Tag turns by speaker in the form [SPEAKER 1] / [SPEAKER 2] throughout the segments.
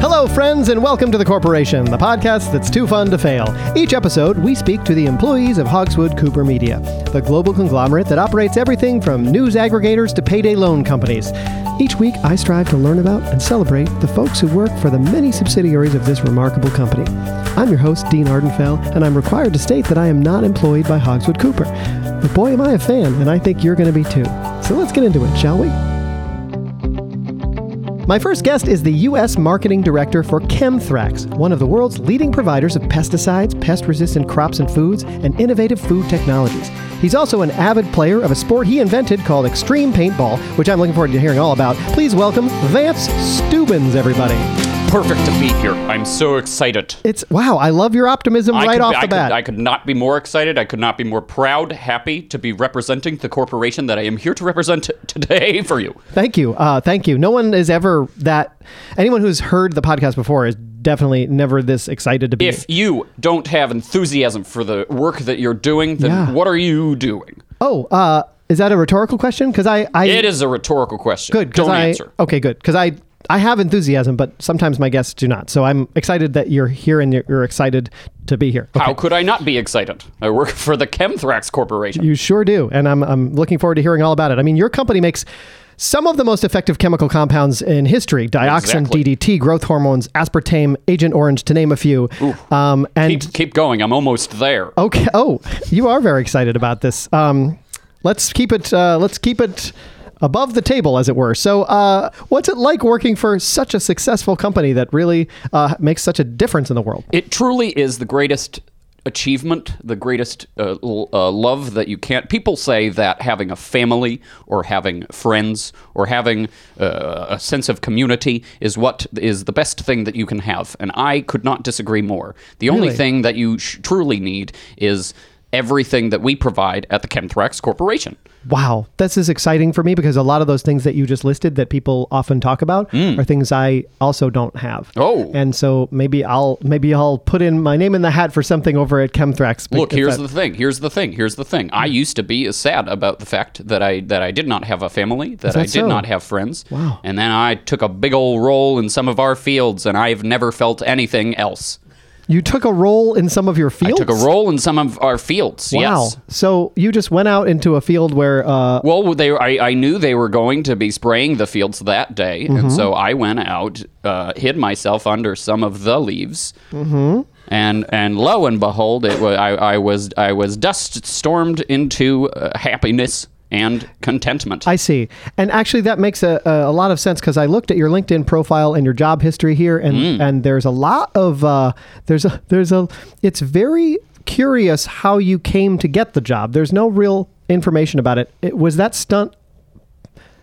[SPEAKER 1] Hello, friends, and welcome to The Corporation, the podcast that's too fun to fail. Each episode, we speak to the employees of Hogswood Cooper Media, the global conglomerate that operates everything from news aggregators to payday loan companies. Each week, I strive to learn about and celebrate the folks who work for the many subsidiaries of this remarkable company. I'm your host, Dean Ardenfell, and I'm required to state that I am not employed by Hogswood Cooper. But boy, am I a fan, and I think you're going to be too. So let's get into it, shall we? My first guest is the U.S. marketing director for Chemthrax, one of the world's leading providers of pesticides, pest resistant crops and foods, and innovative food technologies. He's also an avid player of a sport he invented called extreme paintball, which I'm looking forward to hearing all about. Please welcome Vance Steubens, everybody.
[SPEAKER 2] perfect to be here. I'm so excited.
[SPEAKER 1] It's wow, I love your optimism
[SPEAKER 2] I
[SPEAKER 1] right
[SPEAKER 2] could-
[SPEAKER 1] off the
[SPEAKER 2] I could-
[SPEAKER 1] bat.
[SPEAKER 2] I could not be more excited. I could not be more proud, happy to be representing the corporation that I am here to represent t- today for you.
[SPEAKER 1] Thank you. Uh, thank you. No one is ever that. Anyone who's heard the podcast before is definitely never this excited to be.
[SPEAKER 2] If you don't have enthusiasm for the work that you're doing, then
[SPEAKER 1] Yeah.
[SPEAKER 2] what are you doing?
[SPEAKER 1] oh, uh, is that a rhetorical question? Because I, I
[SPEAKER 2] It is a rhetorical question.
[SPEAKER 1] good. 'cause
[SPEAKER 2] Don't
[SPEAKER 1] I,
[SPEAKER 2] answer.
[SPEAKER 1] Okay, good. Because I I have enthusiasm, but sometimes my guests do not. So I'm excited that you're here and you're, you're excited to be here. Okay.
[SPEAKER 2] How could I not be excited? I work for the Chemthrax Corporation.
[SPEAKER 1] You sure do, and I'm I'm looking forward to hearing all about it. I mean, your company makes. Some of the most effective chemical compounds in history: dioxin,
[SPEAKER 2] Exactly.
[SPEAKER 1] DDT, growth hormones, aspartame, Agent Orange, to name a few. Um, and
[SPEAKER 2] Keep, keep going. I'm almost there.
[SPEAKER 1] Okay. Oh, you are very excited about this. Um, let's keep it. Uh, let's keep it above the table, as it were. So, uh, what's it like working for such a successful company that really uh, makes such a difference in the world?
[SPEAKER 2] It truly is the greatest achievement, the greatest uh, l- uh, love that you can't. People say that having a family or having friends or having uh, a sense of community is what is the best thing that you can have. And I could not disagree more. The only
[SPEAKER 1] Really?
[SPEAKER 2] thing that you sh- truly need is everything that we provide at the Chemthrax Corporation.
[SPEAKER 1] Wow, this is exciting for me because a lot of those things that you just listed that people often talk about are things I also don't have.
[SPEAKER 2] Mm. Oh.
[SPEAKER 1] and so maybe I'll maybe I'll put in my name in the hat for something over at Chemthrax.
[SPEAKER 2] Look,
[SPEAKER 1] If
[SPEAKER 2] here's
[SPEAKER 1] that-
[SPEAKER 2] the thing. Here's the thing. Here's the thing. I used to be sad about the fact that I that I did not have a family, that, I
[SPEAKER 1] that
[SPEAKER 2] did
[SPEAKER 1] so?
[SPEAKER 2] not have friends.
[SPEAKER 1] Wow.
[SPEAKER 2] And then I took a big old role in some of our fields, and I've never felt anything else.
[SPEAKER 1] you took a role in some of your fields.
[SPEAKER 2] Took a role in some of our fields.
[SPEAKER 1] Wow.
[SPEAKER 2] Yes.
[SPEAKER 1] So you just went out into a field where uh,
[SPEAKER 2] Well, they I, I knew they were going to be spraying the fields that day, and so I went out, uh, hid myself under some of the leaves, mm-hmm. and and lo and behold, it was I, I was I was dust stormed into uh, happiness and contentment.
[SPEAKER 1] I see. And actually, that makes a, a, a lot of sense because I looked at your LinkedIn profile and your job history here, and,
[SPEAKER 2] Mm.
[SPEAKER 1] and there's a lot of uh, there's a there's a it's very curious how you came to get the job. There's no real information about it. it was that stunt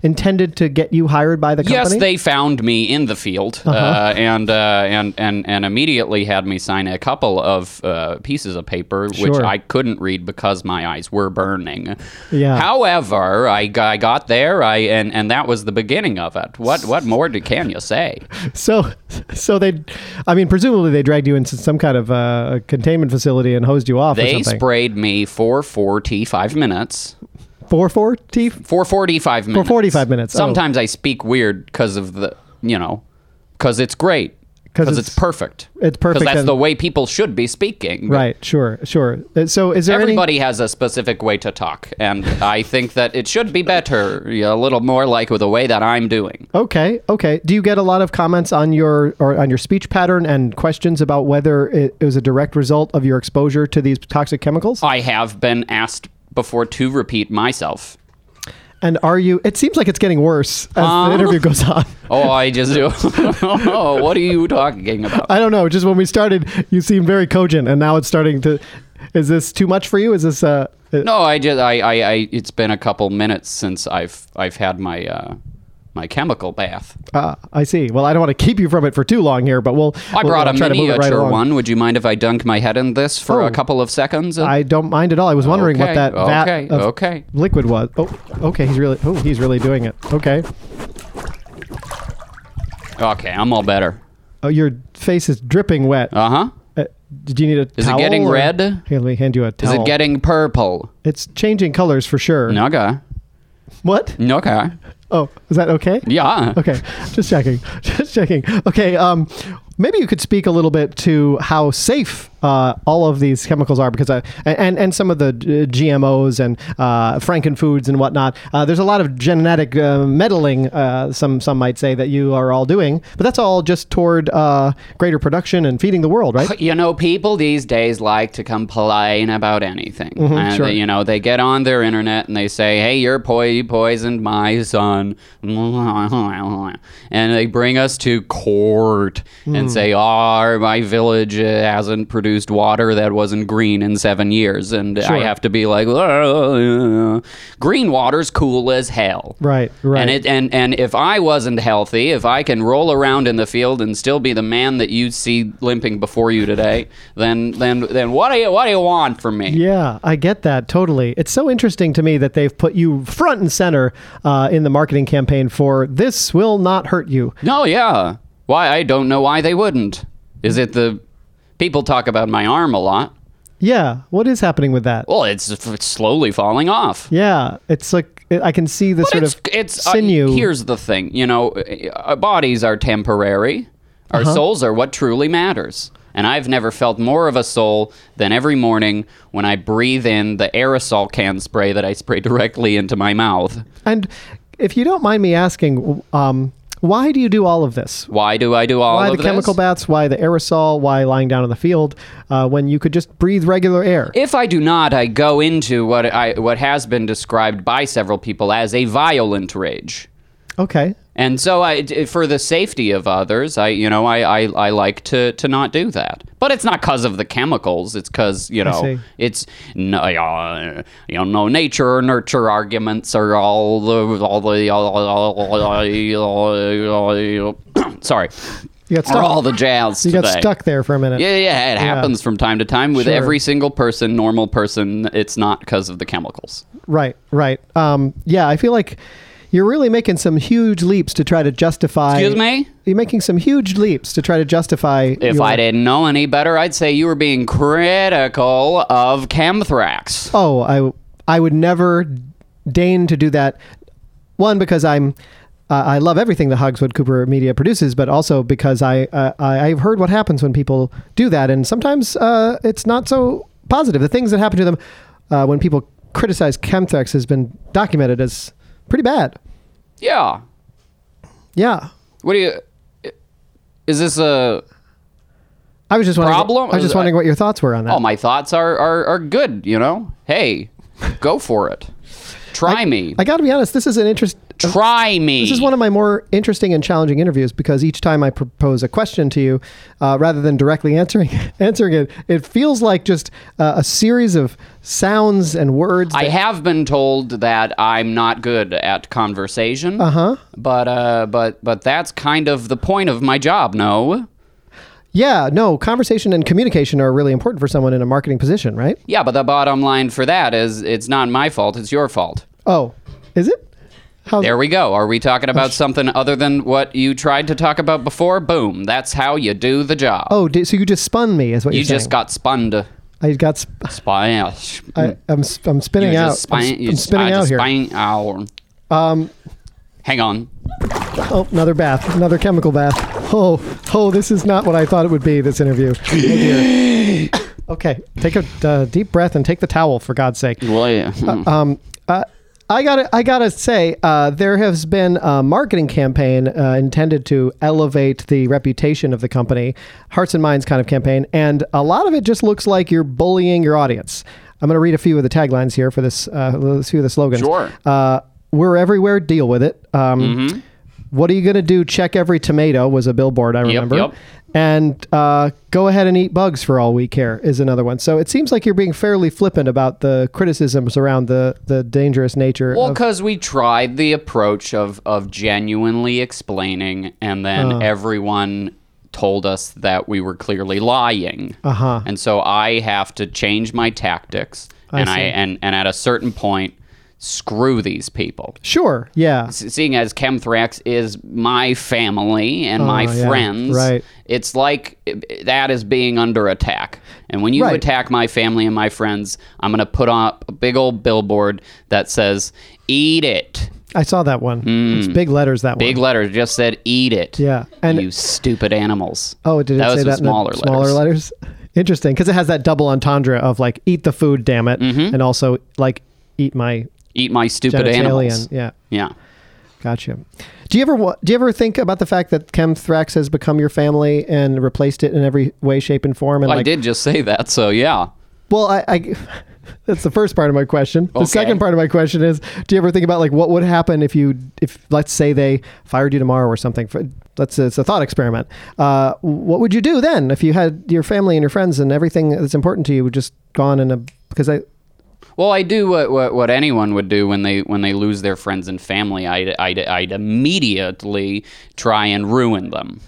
[SPEAKER 1] intended to get you hired by the company? Uh-huh.
[SPEAKER 2] Yes, they found me in the field uh and, uh, and and and immediately had me sign a couple of uh, pieces of paper, which
[SPEAKER 1] Sure.
[SPEAKER 2] I couldn't read because my eyes were burning.
[SPEAKER 1] Yeah.
[SPEAKER 2] However, I, g- I got there, I and, and that was the beginning of it. What what more do, can you say?
[SPEAKER 1] So, so they, I mean, presumably they dragged you into some kind of uh, containment facility and hosed you off
[SPEAKER 2] They
[SPEAKER 1] or something.
[SPEAKER 2] sprayed me for 45 minutes.
[SPEAKER 1] Four four T.
[SPEAKER 2] For 45 minutes.
[SPEAKER 1] 45 minutes, oh.
[SPEAKER 2] Sometimes I speak weird because of the, you know, because it's great.
[SPEAKER 1] 'Cause
[SPEAKER 2] Because it's,
[SPEAKER 1] it's-
[SPEAKER 2] perfect.
[SPEAKER 1] it's perfect
[SPEAKER 2] Because that's
[SPEAKER 1] and-
[SPEAKER 2] the way people should be speaking.
[SPEAKER 1] Right. Sure. Sure. Uh, So is there any?
[SPEAKER 2] Everybody has a specific way to talk, and I think that it should be better, yeah, a little more like the way that I'm doing.
[SPEAKER 1] Okay, okay. Do you get a lot of comments on your or on your speech pattern and questions about whether it, it was a direct result of your exposure to these toxic chemicals?
[SPEAKER 2] I have been asked before to repeat myself.
[SPEAKER 1] And are you? It seems like it's getting worse as
[SPEAKER 2] Um,
[SPEAKER 1] the interview goes on.
[SPEAKER 2] Oh, I just do. oh, what are you talking about?
[SPEAKER 1] I don't know. Just when we started, you seemed very cogent, and now it's starting to. Is this too much for you? Is this uh? uh,
[SPEAKER 2] No, I just I, I, I it's been a couple minutes since I've I've had my uh, my chemical bath.
[SPEAKER 1] Uh, I see. Well, I don't want to keep you from it for too long here, but we'll.
[SPEAKER 2] I
[SPEAKER 1] we'll uh,
[SPEAKER 2] brought a
[SPEAKER 1] try to move it right
[SPEAKER 2] miniature
[SPEAKER 1] along.
[SPEAKER 2] one. Would you mind if I dunk my head in this for
[SPEAKER 1] Oh.
[SPEAKER 2] a couple of seconds?
[SPEAKER 1] I don't mind at all. I was wondering what
[SPEAKER 2] Okay,
[SPEAKER 1] that vat
[SPEAKER 2] okay,
[SPEAKER 1] of
[SPEAKER 2] okay.
[SPEAKER 1] liquid was. Oh, okay. He's really. Oh, he's really doing it. Okay.
[SPEAKER 2] okay, I'm all better.
[SPEAKER 1] Oh, your face is dripping wet.
[SPEAKER 2] Uh huh.
[SPEAKER 1] Uh, did you need a
[SPEAKER 2] Is it
[SPEAKER 1] towel?
[SPEAKER 2] getting
[SPEAKER 1] or-
[SPEAKER 2] red?
[SPEAKER 1] Here, let me hand you a towel.
[SPEAKER 2] Is it getting purple?
[SPEAKER 1] It's changing colors for sure.
[SPEAKER 2] Okay.
[SPEAKER 1] What?
[SPEAKER 2] Okay.
[SPEAKER 1] Oh, is that okay?
[SPEAKER 2] Yeah.
[SPEAKER 1] Okay, just checking, just checking. Okay, um, Maybe you could speak a little bit to how safe uh, all of these chemicals are, because I, and and some of the uh, GMOs and uh, Frankenfoods and whatnot. Uh, there's a lot of genetic uh, meddling. Uh, some some might say that you are all doing, but that's all just toward uh, greater production and feeding the world, right?
[SPEAKER 2] You know, people these days like to complain about anything. and,
[SPEAKER 1] Mm-hmm, sure.
[SPEAKER 2] You know, they get on their internet and they say, hey, you're po- you poisoned my son. And they bring us to court
[SPEAKER 1] Hmm.
[SPEAKER 2] and say, oh, my village uh, hasn't produced water that wasn't green in seven years. And I have to be like, "Ugh." green water's cool as hell.
[SPEAKER 1] Right, right.
[SPEAKER 2] And it and and if I wasn't healthy, if I can roll around in the field and still be the man that you see limping before you today, then then then what do you what do you want from me?
[SPEAKER 1] Yeah, I get that totally. It's so interesting to me that they've put you front and center uh, in the marketing campaign for "This will not hurt you."
[SPEAKER 2] No, yeah. Why I don't know why they wouldn't. Is it the people talk about my arm a lot?
[SPEAKER 1] Yeah, what is happening with that?
[SPEAKER 2] Well, it's, it's slowly falling off.
[SPEAKER 1] Yeah, it's like I can see the sort
[SPEAKER 2] it's,
[SPEAKER 1] of
[SPEAKER 2] it's uh,
[SPEAKER 1] sinew.
[SPEAKER 2] here's the thing, you know, uh, our bodies are temporary. Our
[SPEAKER 1] Uh-huh.
[SPEAKER 2] souls are what truly matters. And I've never felt more of a soul than every morning when I breathe in the aerosol can spray that I spray directly into my mouth.
[SPEAKER 1] And if you don't mind me asking, um, why do you do all of this?
[SPEAKER 2] Why do I do all
[SPEAKER 1] Why
[SPEAKER 2] of
[SPEAKER 1] the
[SPEAKER 2] this?
[SPEAKER 1] chemical baths? Why the aerosol? Why lying down in the field uh, when you could just breathe regular air?
[SPEAKER 2] If I do not, I go into what I what has been described by several people as a violent rage.
[SPEAKER 1] okay.
[SPEAKER 2] And so I, d- for the safety of others, I, you know, I, I, I like to, to not do that. But it's not because of the chemicals. It's because you
[SPEAKER 1] see.
[SPEAKER 2] know, it's no, uh, you know, nature or nurture arguments are all the all the sorry,
[SPEAKER 1] You got
[SPEAKER 2] are
[SPEAKER 1] stuck.
[SPEAKER 2] all the jazz.
[SPEAKER 1] you got
[SPEAKER 2] today.
[SPEAKER 1] stuck there for a minute.
[SPEAKER 2] Yeah, yeah, it happens from time to time with
[SPEAKER 1] Sure.
[SPEAKER 2] every single person, normal person. It's not because of the chemicals.
[SPEAKER 1] Right. Right. Um, yeah, I feel like you're really making some huge leaps to try to justify.
[SPEAKER 2] Excuse me.
[SPEAKER 1] You're making some huge leaps to try to justify.
[SPEAKER 2] If
[SPEAKER 1] your-
[SPEAKER 2] I didn't know any better, I'd say you were being critical of Chemthrax.
[SPEAKER 1] Oh, I I would never deign to do that. One because I'm uh, I love everything that Hogswood Cooper Media produces, but also because I uh, I- I've heard what happens when people do that, and sometimes uh, it's not so positive. The things that happen to them uh, when people criticize Chemtrex has been documented as pretty bad.
[SPEAKER 2] Yeah.
[SPEAKER 1] Yeah,
[SPEAKER 2] What do you? Is this a?
[SPEAKER 1] I was just wondering.
[SPEAKER 2] Problem?
[SPEAKER 1] I was just wondering what your thoughts were on that.
[SPEAKER 2] Oh, my thoughts are are, are good. You know. Hey, go for it. Try me.
[SPEAKER 1] I got to be honest. This is an interest.
[SPEAKER 2] Try me.
[SPEAKER 1] This is one of my more interesting and challenging interviews because each time I propose a question to you, uh, rather than directly answering answering it, it feels like just uh, a series of sounds and words.
[SPEAKER 2] I
[SPEAKER 1] that-
[SPEAKER 2] have been told that I'm not good at conversation. Uh-huh. But uh but but that's kind of the point of my job, no?
[SPEAKER 1] yeah, no, conversation and communication are really important for someone in a marketing position, right?
[SPEAKER 2] Yeah, but the bottom line for that is it's not my fault, it's your fault.
[SPEAKER 1] Oh, is it? How's
[SPEAKER 2] There we go. Are we talking about something other than what you tried to talk about before? Boom. That's how you do the job.
[SPEAKER 1] Oh, di- so you just spun me, is what
[SPEAKER 2] you
[SPEAKER 1] you're
[SPEAKER 2] just
[SPEAKER 1] saying.
[SPEAKER 2] got spunned.
[SPEAKER 1] I got. Sp-
[SPEAKER 2] Spy.
[SPEAKER 1] I, I'm s- I'm
[SPEAKER 2] You
[SPEAKER 1] spinning out.
[SPEAKER 2] just
[SPEAKER 1] I'm,
[SPEAKER 2] spy-
[SPEAKER 1] sp-
[SPEAKER 2] you
[SPEAKER 1] I'm
[SPEAKER 2] just-
[SPEAKER 1] spinning
[SPEAKER 2] I
[SPEAKER 1] out
[SPEAKER 2] just
[SPEAKER 1] here. Um,
[SPEAKER 2] spying out. Hang on.
[SPEAKER 1] Oh, another bath, another chemical bath. Oh, oh, this is not what I thought it would be. This interview. Oh, dear. okay, take a uh, deep breath and take the towel for God's sake.
[SPEAKER 2] Well, yeah.
[SPEAKER 1] Um, uh, I gotta, I gotta say, uh, there has been a marketing campaign uh, intended to elevate the reputation of the company, Hearts and Minds kind of campaign, and a lot of it just looks like you're bullying your audience. I'm gonna read a few of the taglines here for this, uh, a few of the slogans.
[SPEAKER 2] Sure. Mm-hmm.
[SPEAKER 1] Uh, we're everywhere. Deal with it. Um, What are you gonna do? Check every tomato was a billboard I remember.
[SPEAKER 2] yep.
[SPEAKER 1] And uh, go ahead and eat bugs for all we care is another one. So it seems like you're being fairly flippant about the criticisms around the the dangerous nature.
[SPEAKER 2] Well,
[SPEAKER 1] of,
[SPEAKER 2] because we tried the approach of of genuinely explaining, and then
[SPEAKER 1] Uh.
[SPEAKER 2] everyone told us that we were clearly lying.
[SPEAKER 1] Uh-huh.
[SPEAKER 2] And so I have to change my tactics, and I
[SPEAKER 1] see.
[SPEAKER 2] and and at a certain point, screw these people.
[SPEAKER 1] sure, yeah,
[SPEAKER 2] S- Seeing as Chemthrax is my family and my
[SPEAKER 1] Oh, yeah.
[SPEAKER 2] friends,
[SPEAKER 1] Right.
[SPEAKER 2] it's like eh, that is being under attack. And when you
[SPEAKER 1] Right.
[SPEAKER 2] attack my family and my friends, I'm going to put up a big old billboard that says, Eat it.
[SPEAKER 1] I saw that one. It's big letters. That
[SPEAKER 2] Hmm. Big
[SPEAKER 1] one.
[SPEAKER 2] letters just said "eat it."
[SPEAKER 1] Yeah, and
[SPEAKER 2] you stupid animals.
[SPEAKER 1] oh, did it
[SPEAKER 2] that
[SPEAKER 1] say
[SPEAKER 2] was
[SPEAKER 1] that
[SPEAKER 2] with smaller
[SPEAKER 1] in the smaller letters? Interesting, because it has that double entendre of like eat the food, damn it, and also like eat my
[SPEAKER 2] Mm-hmm. Eat my stupid
[SPEAKER 1] genitalian.
[SPEAKER 2] animals.
[SPEAKER 1] Yeah,
[SPEAKER 2] Yeah.
[SPEAKER 1] gotcha. Do you ever wa- do you ever think about the fact that chemthrax has become your family and replaced it in every way, shape, and form? And
[SPEAKER 2] I
[SPEAKER 1] like,
[SPEAKER 2] did just say that, so yeah.
[SPEAKER 1] Well, I, I that's the first part of my question. The
[SPEAKER 2] Okay.
[SPEAKER 1] second part of my question is, do you ever think about like what would happen if you if let's say they fired you tomorrow or something? For, let's it's a thought experiment. Uh, what would you do then if you had your family and your friends and everything that's important to you just gone in a because I
[SPEAKER 2] Well, I do what, what what anyone would do when they when they lose their friends and family. I'd, I'd, I'd immediately try and ruin them.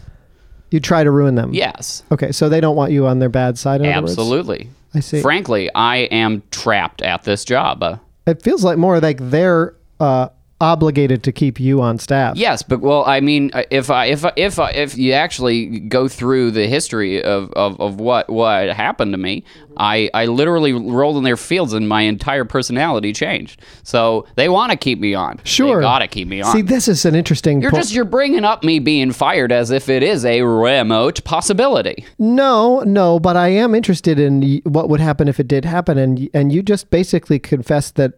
[SPEAKER 1] you try to ruin them.
[SPEAKER 2] Yes,
[SPEAKER 1] Okay, so they don't want you on their bad side. In other words?
[SPEAKER 2] absolutely.
[SPEAKER 1] I see.
[SPEAKER 2] Frankly, I am trapped at this job. Uh,
[SPEAKER 1] It feels like more like they're uh, obligated to keep you on staff.
[SPEAKER 2] Yes, but well, I mean, uh, if I, if I- if I, if you actually go through the history of, of, of what what happened to me, I I literally rolled in their fields and my entire personality changed. So they want to keep me on.
[SPEAKER 1] Sure.
[SPEAKER 2] they gotta keep me on.
[SPEAKER 1] See, this is an interesting.
[SPEAKER 2] you're
[SPEAKER 1] po-
[SPEAKER 2] just you're bringing up me being fired as if it is a remote possibility.
[SPEAKER 1] No, no, but I am interested in y- what would happen if it did happen, and y- and you just basically confessed that,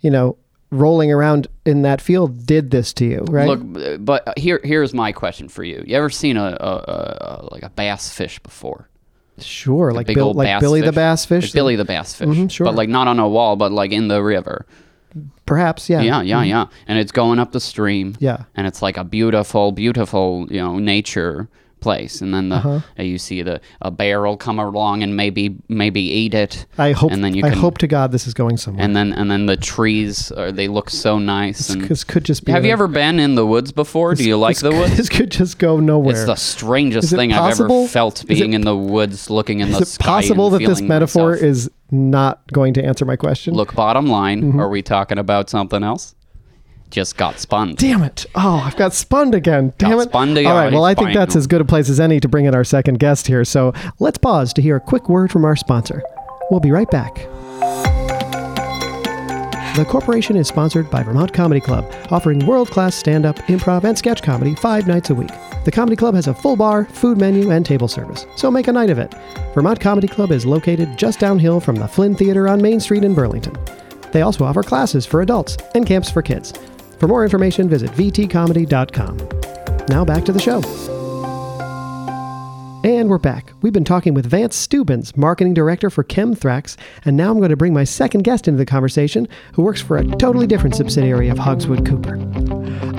[SPEAKER 1] you know, rolling around in that field did this to you, right?
[SPEAKER 2] Look, but here here's my question for you. You ever seen a, a, a, a like a bass fish before?
[SPEAKER 1] sure, like
[SPEAKER 2] Big
[SPEAKER 1] Bill,
[SPEAKER 2] old
[SPEAKER 1] like
[SPEAKER 2] bass
[SPEAKER 1] Billy
[SPEAKER 2] fish.
[SPEAKER 1] the Bass Fish, Mm-hmm,
[SPEAKER 2] Like Billy the bass fish.
[SPEAKER 1] sure.
[SPEAKER 2] But like not on a wall, but like in the river.
[SPEAKER 1] perhaps, yeah,
[SPEAKER 2] Yeah, yeah, yeah. And it's going up the stream.
[SPEAKER 1] Mm-hmm. Yeah.
[SPEAKER 2] And it's like a beautiful, beautiful, you know, nature place. And then the
[SPEAKER 1] Uh-huh.
[SPEAKER 2] uh, you see the a bear will come along and maybe maybe eat it.
[SPEAKER 1] I hope,
[SPEAKER 2] And then you
[SPEAKER 1] I
[SPEAKER 2] can-
[SPEAKER 1] hope to God this is going somewhere.
[SPEAKER 2] And then and then the trees are they look so nice. And
[SPEAKER 1] This could just be.
[SPEAKER 2] have you
[SPEAKER 1] like-
[SPEAKER 2] ever been in the woods before? Do you like
[SPEAKER 1] this
[SPEAKER 2] the
[SPEAKER 1] could-
[SPEAKER 2] woods?
[SPEAKER 1] This could just go nowhere.
[SPEAKER 2] It's the strangest
[SPEAKER 1] Is it
[SPEAKER 2] thing I've
[SPEAKER 1] possible-
[SPEAKER 2] ever felt
[SPEAKER 1] is it
[SPEAKER 2] being in the woods, looking in the
[SPEAKER 1] is it
[SPEAKER 2] sky. and
[SPEAKER 1] possible that this
[SPEAKER 2] feeling
[SPEAKER 1] metaphor
[SPEAKER 2] myself.
[SPEAKER 1] is not going to answer my question?
[SPEAKER 2] Look, bottom line,
[SPEAKER 1] Mm-hmm.
[SPEAKER 2] are we talking about something else? Just got spun.
[SPEAKER 1] Damn it. Oh, I've got spunned again. Damn it.
[SPEAKER 2] spunned again.
[SPEAKER 1] All right. Well, I think
[SPEAKER 2] Fine.
[SPEAKER 1] that's as good a place as any to bring in our second guest here. So let's pause to hear a quick word from our sponsor. We'll be right back. The corporation is sponsored by Vermont Comedy Club, offering world class stand up, improv, and sketch comedy five nights a week. The Comedy Club has a full bar, food menu, and table service, so make a night of it. Vermont Comedy Club is located just downhill from the Flynn Theater on Main Street in Burlington. They also offer classes for adults and camps for kids. For more information, visit vtcomedy.com. Now back to the show. And we're back. We've been talking with Vance Steubens, marketing director for Chemthrax, and now I'm going to bring my second guest into the conversation, who works for a totally different subsidiary of Hogswood Cooper.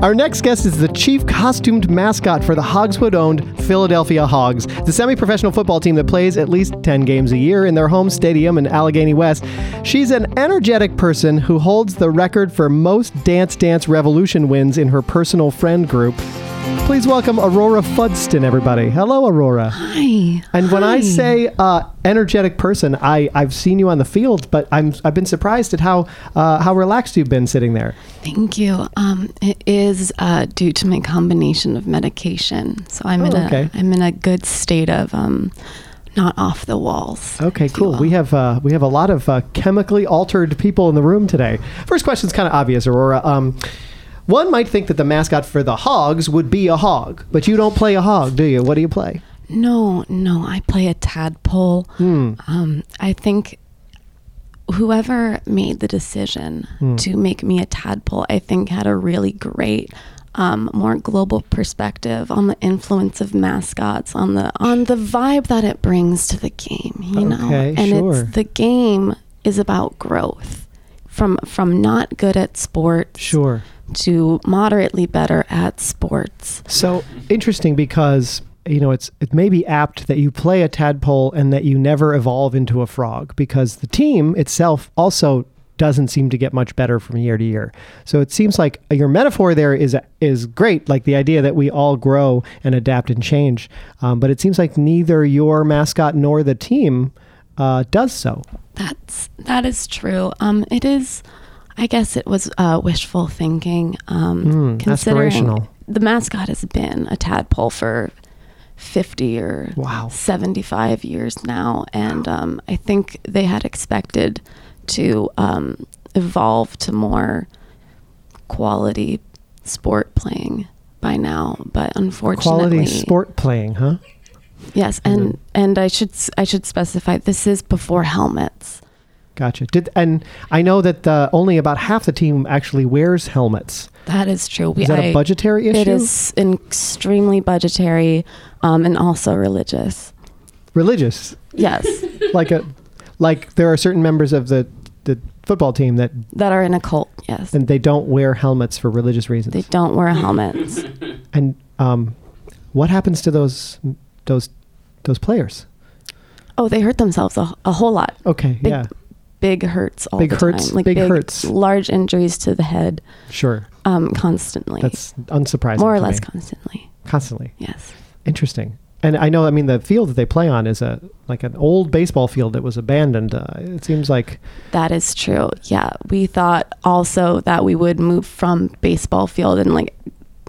[SPEAKER 1] Our next guest is the chief costumed mascot for the Hogswood owned Philadelphia Hogs, the semi professional football team that plays at least 10 games a year in their home stadium in Allegheny West. She's an energetic person who holds the record for most Dance Dance Revolution wins in her personal friend group. Please welcome Aurora Fudston, everybody. Hello, Aurora.
[SPEAKER 3] Hi.
[SPEAKER 1] And when I
[SPEAKER 3] Hi.
[SPEAKER 1] say uh, energetic person, I, I've seen you on the field, but I'm, I've been surprised at how, uh, how relaxed you've been sitting there.
[SPEAKER 3] thank you, um, it is uh, due to my combination of medication. So I'm
[SPEAKER 1] Oh,
[SPEAKER 3] in a
[SPEAKER 1] okay.
[SPEAKER 3] am in a good state of um, not off the walls.
[SPEAKER 1] Okay,
[SPEAKER 3] if you
[SPEAKER 1] cool.
[SPEAKER 3] will.
[SPEAKER 1] We have uh, we have a lot of uh, chemically altered people in the room today. First question's kind of obvious, Aurora. Um, one might think that the mascot for the Hogs would be a hog, but you don't play a hog, do you? What do you play?
[SPEAKER 3] no, no. I play a tadpole.
[SPEAKER 1] Hmm.
[SPEAKER 3] Um, I think whoever made the decision
[SPEAKER 1] Hmm.
[SPEAKER 3] to make me a tadpole, I think, had a really great. Um, more global perspective on the influence of mascots on the on the vibe that it brings to the game you know
[SPEAKER 1] Okay,
[SPEAKER 3] and
[SPEAKER 1] sure.
[SPEAKER 3] it's the game is about growth from from not good at sports
[SPEAKER 1] Sure.
[SPEAKER 3] to moderately better at sports
[SPEAKER 1] So interesting because you know it's it may be apt that you play a tadpole and that you never evolve into a frog because the team itself also doesn't seem to get much better from year to year. So it seems like your metaphor there is is great, like the idea that we all grow and adapt and change. Um, but it seems like neither your mascot nor the team uh, does so.
[SPEAKER 3] That's that is true. Um, it is. I guess it was uh, wishful thinking. Um, considering
[SPEAKER 1] Hmm, aspirational.
[SPEAKER 3] the mascot has been a tadpole for fifty or
[SPEAKER 1] Wow.
[SPEAKER 3] seventy-five years now, and um, I think they had expected to um, evolve to more quality sport playing by now, but unfortunately,
[SPEAKER 1] Quality sport Mm-hmm. playing, huh?
[SPEAKER 3] Yes, and and I should s- I should specify this is before helmets.
[SPEAKER 1] Gotcha. Did and I know that uh, only about half the team actually wears helmets.
[SPEAKER 3] That is true. We,
[SPEAKER 1] Is that
[SPEAKER 3] a
[SPEAKER 1] a budgetary issue?
[SPEAKER 3] It is an extremely budgetary um, and also religious.
[SPEAKER 1] Religious,
[SPEAKER 3] Yes,
[SPEAKER 1] like a like there are certain members of the the football team that
[SPEAKER 3] that are in a cult. Yes,
[SPEAKER 1] and they don't wear helmets for religious reasons.
[SPEAKER 3] they don't wear helmets.
[SPEAKER 1] and um, what happens to those those those players?
[SPEAKER 3] Oh, they hurt themselves a, a whole lot.
[SPEAKER 1] Okay,
[SPEAKER 3] Big,
[SPEAKER 1] yeah,
[SPEAKER 3] big hurts all
[SPEAKER 1] Big
[SPEAKER 3] the
[SPEAKER 1] hurts,
[SPEAKER 3] time. Like
[SPEAKER 1] big hurts.
[SPEAKER 3] large injuries to the head,
[SPEAKER 1] sure.
[SPEAKER 3] um, constantly,
[SPEAKER 1] That's unsurprising.
[SPEAKER 3] more or
[SPEAKER 1] to
[SPEAKER 3] less
[SPEAKER 1] me.
[SPEAKER 3] constantly.
[SPEAKER 1] constantly.
[SPEAKER 3] Yes.
[SPEAKER 1] Interesting. And I know, I mean, the field that they play on is a like an old baseball field that was abandoned. Uh, it seems like
[SPEAKER 3] That is true. Yeah. We thought also that we would move from baseball field and like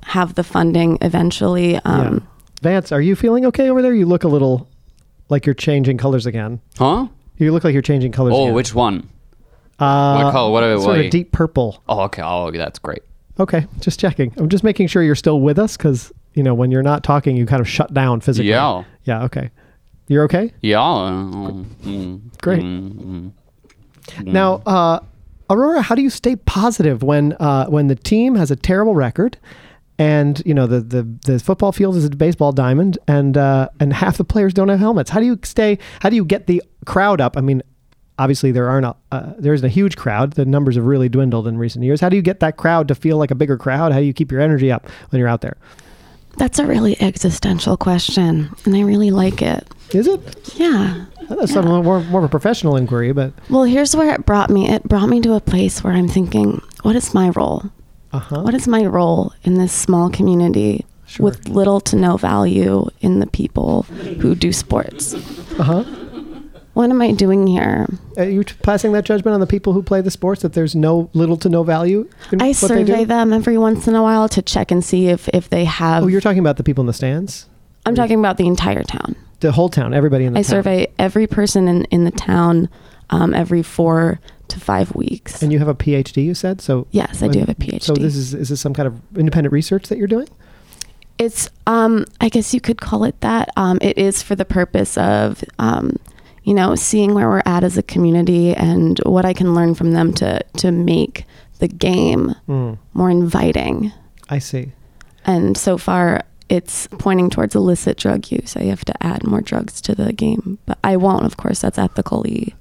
[SPEAKER 3] have the funding eventually. Um,
[SPEAKER 1] yeah. Vance, are you feeling okay over there? You look a little like you're changing colors again.
[SPEAKER 2] Huh?
[SPEAKER 1] You look like you're changing colors.
[SPEAKER 2] Oh,
[SPEAKER 1] again.
[SPEAKER 2] which one?
[SPEAKER 1] uh,
[SPEAKER 2] what color? What are
[SPEAKER 1] sort
[SPEAKER 2] what?
[SPEAKER 1] of deep purple.
[SPEAKER 2] oh, okay. Oh, that's great.
[SPEAKER 1] Okay, just checking. I'm just making sure you're still with us because you know when you're not talking, you kind of shut down physically.
[SPEAKER 2] Yeah.
[SPEAKER 1] Yeah. Okay. You're okay.
[SPEAKER 2] Yeah. uh, mm,
[SPEAKER 1] Great.
[SPEAKER 2] mm, mm.
[SPEAKER 1] Now, uh, Aurora, how do you stay positive when uh, when the team has a terrible record, and you know the the, the football field is a baseball diamond, and uh, and half the players don't have helmets? How do you stay? How do you get the crowd up? I mean, obviously there aren't a, uh, there isn't a huge crowd. The numbers have really dwindled in recent years. How do you get that crowd to feel like a bigger crowd? How do you keep your energy up when you're out there?
[SPEAKER 3] That's a really existential question. And I really like it.
[SPEAKER 1] Is it?
[SPEAKER 3] Yeah.
[SPEAKER 1] That's something more, more of a professional inquiry, but
[SPEAKER 3] Well, here's where it brought me. It brought me to a place where I'm thinking, what is my role?
[SPEAKER 1] uh huh.
[SPEAKER 3] What is my role in this small community
[SPEAKER 1] Sure.
[SPEAKER 3] with little to no value in the people who do sports?
[SPEAKER 1] Uh huh.
[SPEAKER 3] What am I doing here?
[SPEAKER 1] Are you Uh, t- passing that judgment on the people who play the sports that there's no little to no value? In
[SPEAKER 3] I
[SPEAKER 1] what they do?
[SPEAKER 3] survey them every once in a while to check and see if, if they have.
[SPEAKER 1] Oh, you're talking about the people in the stands,
[SPEAKER 3] I'm talking about the entire town.
[SPEAKER 1] the whole town, everybody in the
[SPEAKER 3] I
[SPEAKER 1] town.
[SPEAKER 3] survey every person in, in the town um, every four to five weeks.
[SPEAKER 1] And you have a PhD, you said. So
[SPEAKER 3] yes, I do have a PhD.
[SPEAKER 1] So this is is this some kind of independent research that you're doing?
[SPEAKER 3] it's, um, I guess you could call it that. Um, it is for the purpose of, um, you know, seeing where we're at as a community and what I can learn from them to, to make the game more inviting.
[SPEAKER 1] Hmm, I see.
[SPEAKER 3] And so far, it's pointing towards illicit drug use. I have to add more drugs to the game, but I won't. Of course, that's ethically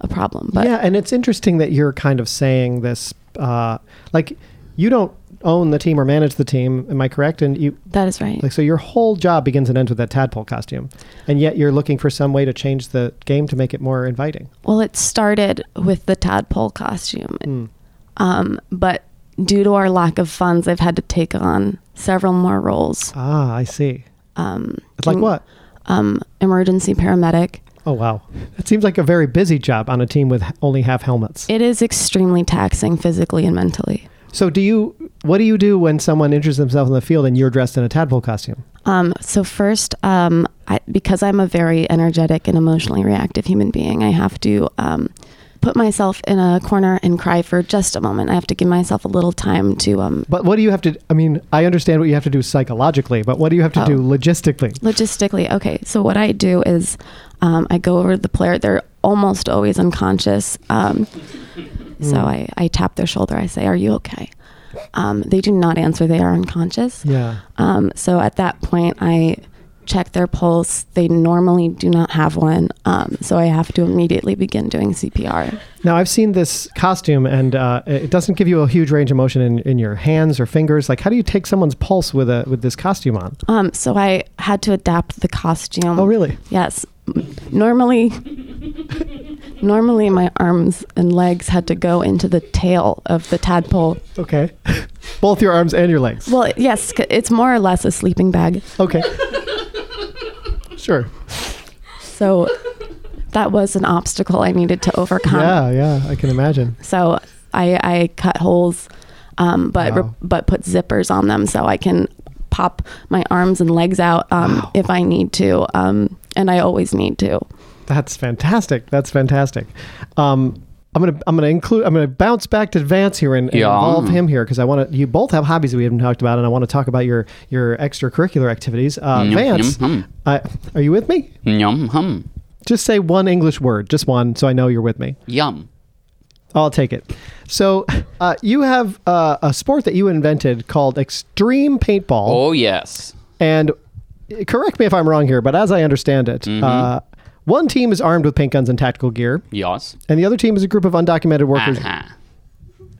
[SPEAKER 3] a problem. But
[SPEAKER 1] yeah, and it's interesting that you're kind of saying this. Uh, like, you don't own the team or manage the team. Am I correct? And you
[SPEAKER 3] that is right.
[SPEAKER 1] like so your whole job begins and ends with that tadpole costume, and yet you're looking for some way to change the game to make it more inviting.
[SPEAKER 3] well, it started with the tadpole costume, um, but due to our lack of funds, I've had to take on several more roles.
[SPEAKER 1] Ah, I see.
[SPEAKER 3] Um,
[SPEAKER 1] It's like
[SPEAKER 3] in-
[SPEAKER 1] what?
[SPEAKER 3] Um, emergency paramedic.
[SPEAKER 1] Oh wow, that seems like a very busy job on a team with h- only half helmets.
[SPEAKER 3] It is extremely taxing physically and mentally.
[SPEAKER 1] So do you? What do you do when someone injures themselves in the field and you're dressed in a tadpole costume?
[SPEAKER 3] Um, so first, um, I, because I'm a very energetic and emotionally reactive human being, I have to um, put myself in a corner and cry for just a moment. I have to give myself a little time to um,
[SPEAKER 1] But what do you have to? I mean, I understand what you have to do psychologically, but what do you have to
[SPEAKER 3] Oh.
[SPEAKER 1] do logistically?
[SPEAKER 3] logistically. Okay, so what I do is um, I go over to the player. They're almost always unconscious. Um, So I, I tap their shoulder. I say, "Are you okay?" Um, they do not answer. They are unconscious.
[SPEAKER 1] Yeah.
[SPEAKER 3] Um, so at that point, I check their pulse. They normally do not have one. Um, so I have to immediately begin doing CPR.
[SPEAKER 1] Now I've seen this costume, and uh, it doesn't give you a huge range of motion in, in your hands or fingers. Like, how do you take someone's pulse with a with this costume on?
[SPEAKER 3] Um, so I had to adapt the costume.
[SPEAKER 1] Oh, really?
[SPEAKER 3] Yes. Normally, normally my arms and legs had to go into the tail of the tadpole.
[SPEAKER 1] Okay. Both your arms and your legs.
[SPEAKER 3] Well, yes, c- it's more or less a sleeping bag.
[SPEAKER 1] Okay. sure.
[SPEAKER 3] So that was an obstacle I needed to overcome.
[SPEAKER 1] Yeah, yeah. I can imagine.
[SPEAKER 3] So I, I cut holes, um, but
[SPEAKER 1] Wow.
[SPEAKER 3] but put zippers on them so I can pop my arms and legs out um, if I need to, um, and I always need to.
[SPEAKER 1] That's fantastic. That's fantastic. Um, I'm gonna I'm gonna include I'm gonna bounce back to Vance here and, and
[SPEAKER 2] Yeah.
[SPEAKER 1] involve him here because I want to. You both have hobbies that we haven't talked about, and I want to talk about your your extracurricular activities. Uh, Vance,
[SPEAKER 2] yum, yum.
[SPEAKER 1] I, are you with me?
[SPEAKER 2] Yum hum.
[SPEAKER 1] Just say one English word, just one, so I know you're with me.
[SPEAKER 2] Yum.
[SPEAKER 1] I'll take it. So uh, you have uh, a sport that you invented called extreme paintball,
[SPEAKER 2] Oh yes.
[SPEAKER 1] and uh, correct me if I'm wrong here, but as I understand it,
[SPEAKER 2] Mm-hmm.
[SPEAKER 1] uh, one team is armed with paint guns and tactical gear,
[SPEAKER 2] Yes.
[SPEAKER 1] and the other team is a group of undocumented workers,
[SPEAKER 2] Uh-huh.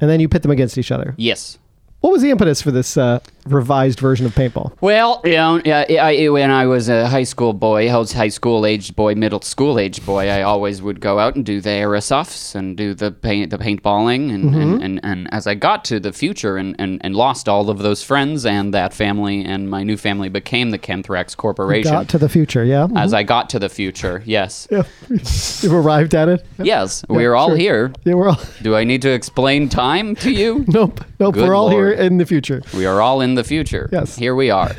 [SPEAKER 1] and then you pit them against each other.
[SPEAKER 2] Yes.
[SPEAKER 1] What was the impetus for this uh, revised version of paintball?
[SPEAKER 2] Well, you know, yeah, I, I- when I was a high school boy, I was high school aged boy, middle school aged boy, I always would go out and do the airsoffs and do the paint, the paintballing, and,
[SPEAKER 1] Mm-hmm.
[SPEAKER 2] and, and, and as I got to the future and, and, and lost all of those friends and that family, and my new family became the Chemthrax Corporation.
[SPEAKER 1] Got to the future, yeah.
[SPEAKER 2] as I got to the future, yes,
[SPEAKER 1] You've arrived at it.
[SPEAKER 2] yes, we're all here.
[SPEAKER 1] Yeah, we're all
[SPEAKER 2] Do I need to explain time to you?
[SPEAKER 1] nope, nope.
[SPEAKER 2] Good
[SPEAKER 1] we're all here
[SPEAKER 2] Lord.
[SPEAKER 1] in the future.
[SPEAKER 2] We are all in the future.
[SPEAKER 1] Yes.
[SPEAKER 2] Here we are.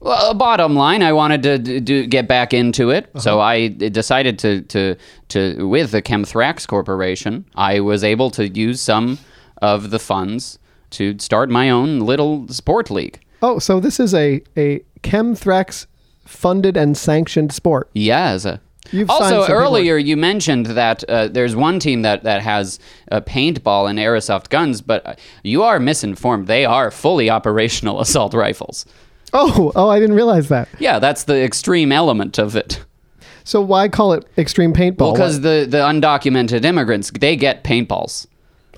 [SPEAKER 2] Well, uh, bottom line, I wanted to d- do, get back into it,
[SPEAKER 1] Uh-huh.
[SPEAKER 2] so I d- decided to, to to with the Chemthrax Corporation, I was able to use some of the funds to start my own little sport league.
[SPEAKER 1] Oh, so this is a a chemthrax funded and sanctioned sport.
[SPEAKER 2] Yes.
[SPEAKER 1] You've signed some
[SPEAKER 2] also,
[SPEAKER 1] people-
[SPEAKER 2] earlier you mentioned that uh, there's one team that, that has uh, paintball and airsoft guns, but uh, you are misinformed. They are fully operational assault rifles.
[SPEAKER 1] Oh, oh, I didn't realize that.
[SPEAKER 2] Yeah, that's the extreme element of it.
[SPEAKER 1] So why call it extreme paintball?
[SPEAKER 2] Because the, the undocumented immigrants, they get paintballs.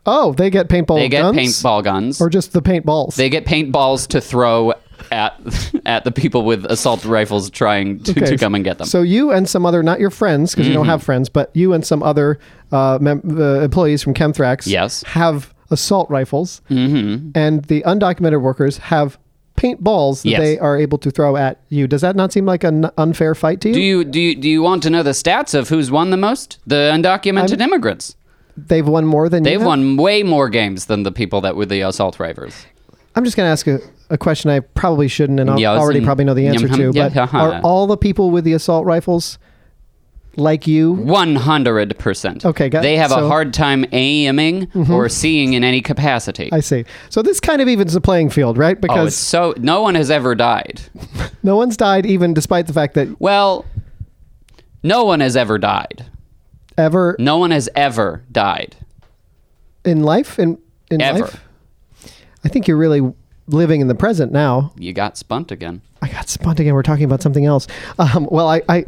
[SPEAKER 1] oh, they get paintball.
[SPEAKER 2] They get
[SPEAKER 1] guns,
[SPEAKER 2] paintball guns.
[SPEAKER 1] or just the paintballs.
[SPEAKER 2] they get paintballs to throw at at the people with assault rifles trying to,
[SPEAKER 1] Okay,
[SPEAKER 2] to come and get them. Mm-hmm.
[SPEAKER 1] So you and some other, not your friends, because you don't have friends, but you and some other uh, mem- uh, employees from Chemthrax
[SPEAKER 2] Yes.
[SPEAKER 1] have assault rifles, mm-hmm. and the undocumented workers have paintballs that
[SPEAKER 2] Yes.
[SPEAKER 1] they are able to throw at you. Does that not seem like an unfair fight to you?
[SPEAKER 2] do you do you, do you want to know the stats of who's won the most? The undocumented immigrants.
[SPEAKER 1] They've won more than you
[SPEAKER 2] They've
[SPEAKER 1] have?
[SPEAKER 2] won way more games than the people that with the assault rifles.
[SPEAKER 1] I'm just going to ask a, a question I probably shouldn't and I'll
[SPEAKER 2] Yes,
[SPEAKER 1] already
[SPEAKER 2] and-
[SPEAKER 1] probably know the
[SPEAKER 2] yum,
[SPEAKER 1] answer
[SPEAKER 2] hum,
[SPEAKER 1] to,
[SPEAKER 2] yeah,
[SPEAKER 1] but
[SPEAKER 2] haha.
[SPEAKER 1] are all the people with the assault rifles like you?
[SPEAKER 2] One hundred percent.
[SPEAKER 1] Okay, got-
[SPEAKER 2] They have
[SPEAKER 1] so- Mm-hmm.
[SPEAKER 2] a hard time aiming or seeing in any capacity.
[SPEAKER 1] I see. So this kind of evens the playing field, right?
[SPEAKER 2] oh,
[SPEAKER 1] Because
[SPEAKER 2] it's so no one has ever died.
[SPEAKER 1] no one's died even despite the fact that
[SPEAKER 2] Well, no one has ever died.
[SPEAKER 1] ever
[SPEAKER 2] No one has ever died.
[SPEAKER 1] in life in in
[SPEAKER 2] Ever.
[SPEAKER 1] life i think you're really living in the present now
[SPEAKER 2] You got spunt again.
[SPEAKER 1] i got spun again we're talking about something else um, well i, I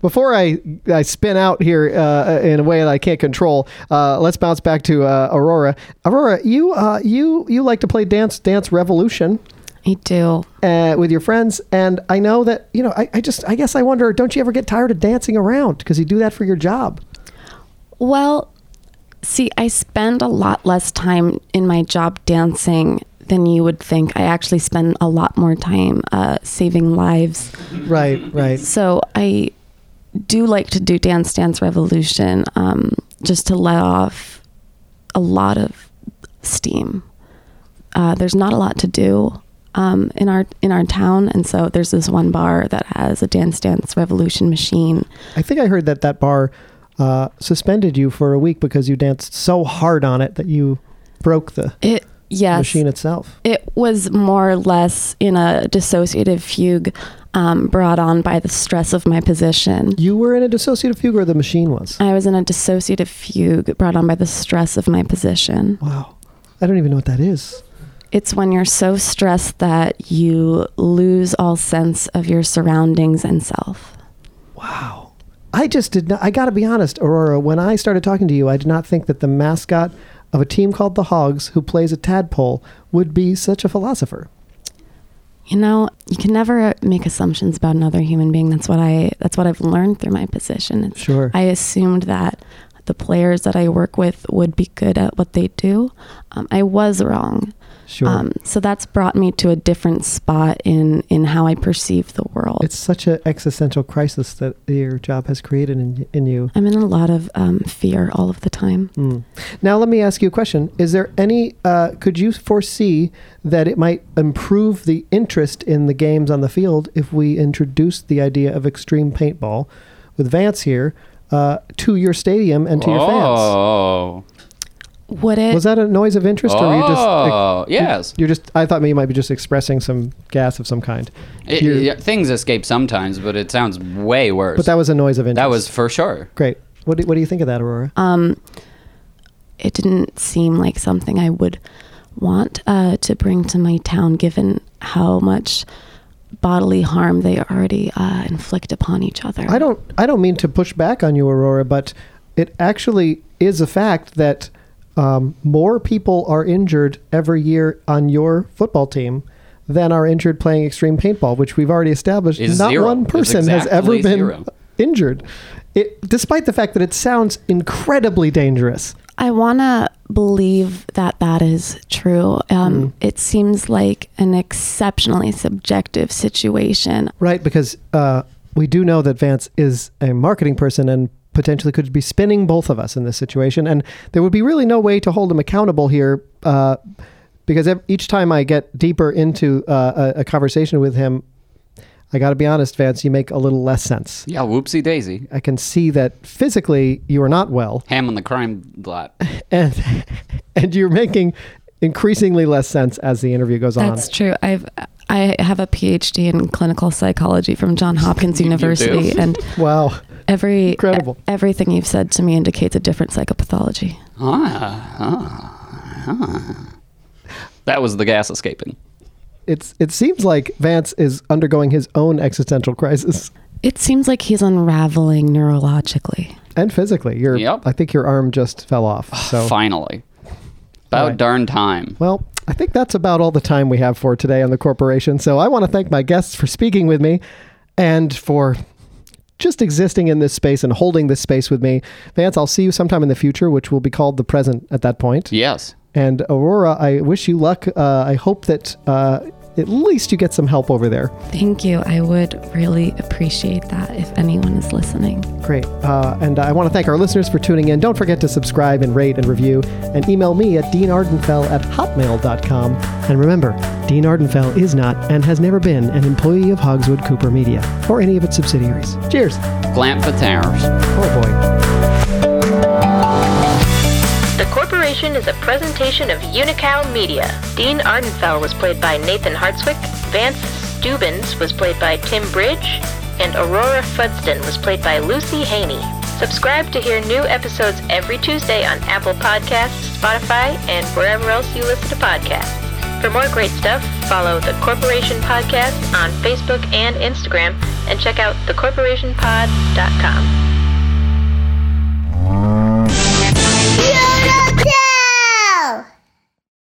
[SPEAKER 1] before I, I spin out here uh, in a way that I can't control, uh, let's bounce back to uh, Aurora. Aurora, you uh, you you like to play dance dance revolution
[SPEAKER 3] I do.
[SPEAKER 1] uh, with your friends, and I know that you know. I, I just I guess I wonder, don't you ever get tired of dancing around because you do that for your job?
[SPEAKER 3] Well, see, I spend a lot less time in my job dancing than you would think. I actually spend a lot more time uh, saving lives.
[SPEAKER 1] Right, right.
[SPEAKER 3] So I do like to do Dance Dance Revolution um, just to let off a lot of steam. Uh, there's not a lot to do um, in our in our town, and so there's this one bar that has a Dance Dance Revolution machine.
[SPEAKER 1] I think I heard that that bar uh, suspended you for a week because you danced so hard on it that you broke the
[SPEAKER 3] It yes,
[SPEAKER 1] machine itself.
[SPEAKER 3] It was more or less in a dissociative fugue um, brought on by the stress of my position.
[SPEAKER 1] You were in a dissociative fugue, or the machine was.
[SPEAKER 3] I was in a dissociative fugue brought on by the stress of my position.
[SPEAKER 1] Wow, I don't even know what that is.
[SPEAKER 3] It's when you're so stressed that you lose all sense of your surroundings and self.
[SPEAKER 1] Wow, I just did not. I got to be honest, Aurora. When I started talking to you, I did not think that the mascot of a team called the Hogs, who plays a tadpole, would be such a philosopher.
[SPEAKER 3] You know, you can never make assumptions about another human being. That's what I that's what I've learned through my position. It's,
[SPEAKER 1] Sure.
[SPEAKER 3] I assumed that the players that I work with would be good at what they do. Um, I was wrong.
[SPEAKER 1] Sure.
[SPEAKER 3] Um, so that's brought me to a different spot in in how I perceive the world.
[SPEAKER 1] it's such an existential crisis that your job has created in, in you.
[SPEAKER 3] I'm in a lot of um, fear all of the time.
[SPEAKER 1] Mm. Now, let me ask you a question. Is there any, uh, could you foresee that it might improve the interest in the games on the field if we introduced the idea of extreme paintball with Vance here? uh, to your stadium and to your fans.
[SPEAKER 2] oh.
[SPEAKER 3] Would it?
[SPEAKER 1] Was that a noise of interest, or were you just?
[SPEAKER 2] Oh, yes.
[SPEAKER 1] You're just. I thought maybe you might be just expressing some gas of some kind.
[SPEAKER 2] It-
[SPEAKER 1] You're-
[SPEAKER 2] yeah, things escape sometimes, but it sounds way worse.
[SPEAKER 1] But that was a noise of interest.
[SPEAKER 2] that was for sure.
[SPEAKER 1] great. What do, what do you think of that, Aurora?
[SPEAKER 3] it didn't seem like something I would want uh, to bring to my town, given how much bodily harm they already uh, inflict upon each other.
[SPEAKER 1] I don't I don't mean to push back on you, Aurora, but it actually is a fact that um, more people are injured every year on your football team than are injured playing extreme paintball, which we've already established.
[SPEAKER 2] Is
[SPEAKER 1] Not
[SPEAKER 2] zero.
[SPEAKER 1] one
[SPEAKER 2] It's
[SPEAKER 1] person has ever
[SPEAKER 2] exactly
[SPEAKER 1] been
[SPEAKER 2] zero.
[SPEAKER 1] injured. It, despite the fact that it sounds incredibly dangerous.
[SPEAKER 3] I want to believe that that is true.
[SPEAKER 1] Mm.
[SPEAKER 3] Um, It seems like an exceptionally subjective situation.
[SPEAKER 1] Right, because uh, we do know that Vance is a marketing person and potentially could be spinning both of us in this situation. And there would be really no way to hold him accountable here uh, because ev- each time I get deeper into uh, a, a conversation with him, I got to be honest, Vance, you make a little less sense.
[SPEAKER 2] Yeah, whoopsie daisy.
[SPEAKER 1] I can see that physically you are not well,
[SPEAKER 2] Ham on the crime lot.
[SPEAKER 1] and and you're making increasingly less sense as the interview goes on.
[SPEAKER 3] That's true. I've I have a PhD in clinical psychology from John Hopkins
[SPEAKER 2] You do?
[SPEAKER 3] University, and
[SPEAKER 1] Wow.
[SPEAKER 3] every
[SPEAKER 1] Incredible.
[SPEAKER 3] everything you've said to me indicates a different psychopathology.
[SPEAKER 2] Ah, ah, ah. That was the gas escaping.
[SPEAKER 1] It's it seems like Vance is undergoing his own existential crisis.
[SPEAKER 3] It seems like he's unraveling neurologically.
[SPEAKER 1] and physically. Your
[SPEAKER 2] Yep.
[SPEAKER 1] I think your arm just fell off. So
[SPEAKER 2] Finally. About
[SPEAKER 1] Right.
[SPEAKER 2] darn time.
[SPEAKER 1] well, I think that's about all the time we have for today on the corporation. So I want to thank my guests for speaking with me and for just existing in this space and holding this space with me. Vance, I'll see you sometime in the future, which will be called the present at that point.
[SPEAKER 2] Yes.
[SPEAKER 1] And Aurora, I wish you luck. Uh, I hope that uh, at least you get some help over there.
[SPEAKER 3] Thank you. I would really appreciate that if anyone is listening.
[SPEAKER 1] Great. Uh, and I want to thank our listeners for tuning in. Don't forget to subscribe and rate and review and email me at deanardenfell at hotmail.com. And remember, Dean Ardenfell is not and has never been an employee of Hogswood Cooper Media or any of its subsidiaries. Cheers.
[SPEAKER 2] Clamp the towers.
[SPEAKER 1] Oh, boy.
[SPEAKER 4] The Corporation is a presentation of Unical Media. Dean Ardenfell was played by Nathan Hartswick, Vance Steubens was played by Tim Bridge, and Aurora Fudston was played by Lucy Haney. Subscribe to hear new episodes every Tuesday on Apple Podcasts, Spotify, and wherever else you listen to podcasts. For more great stuff, follow The Corporation Podcast on Facebook and Instagram, and check out thecorporationpod.com.
[SPEAKER 5] You're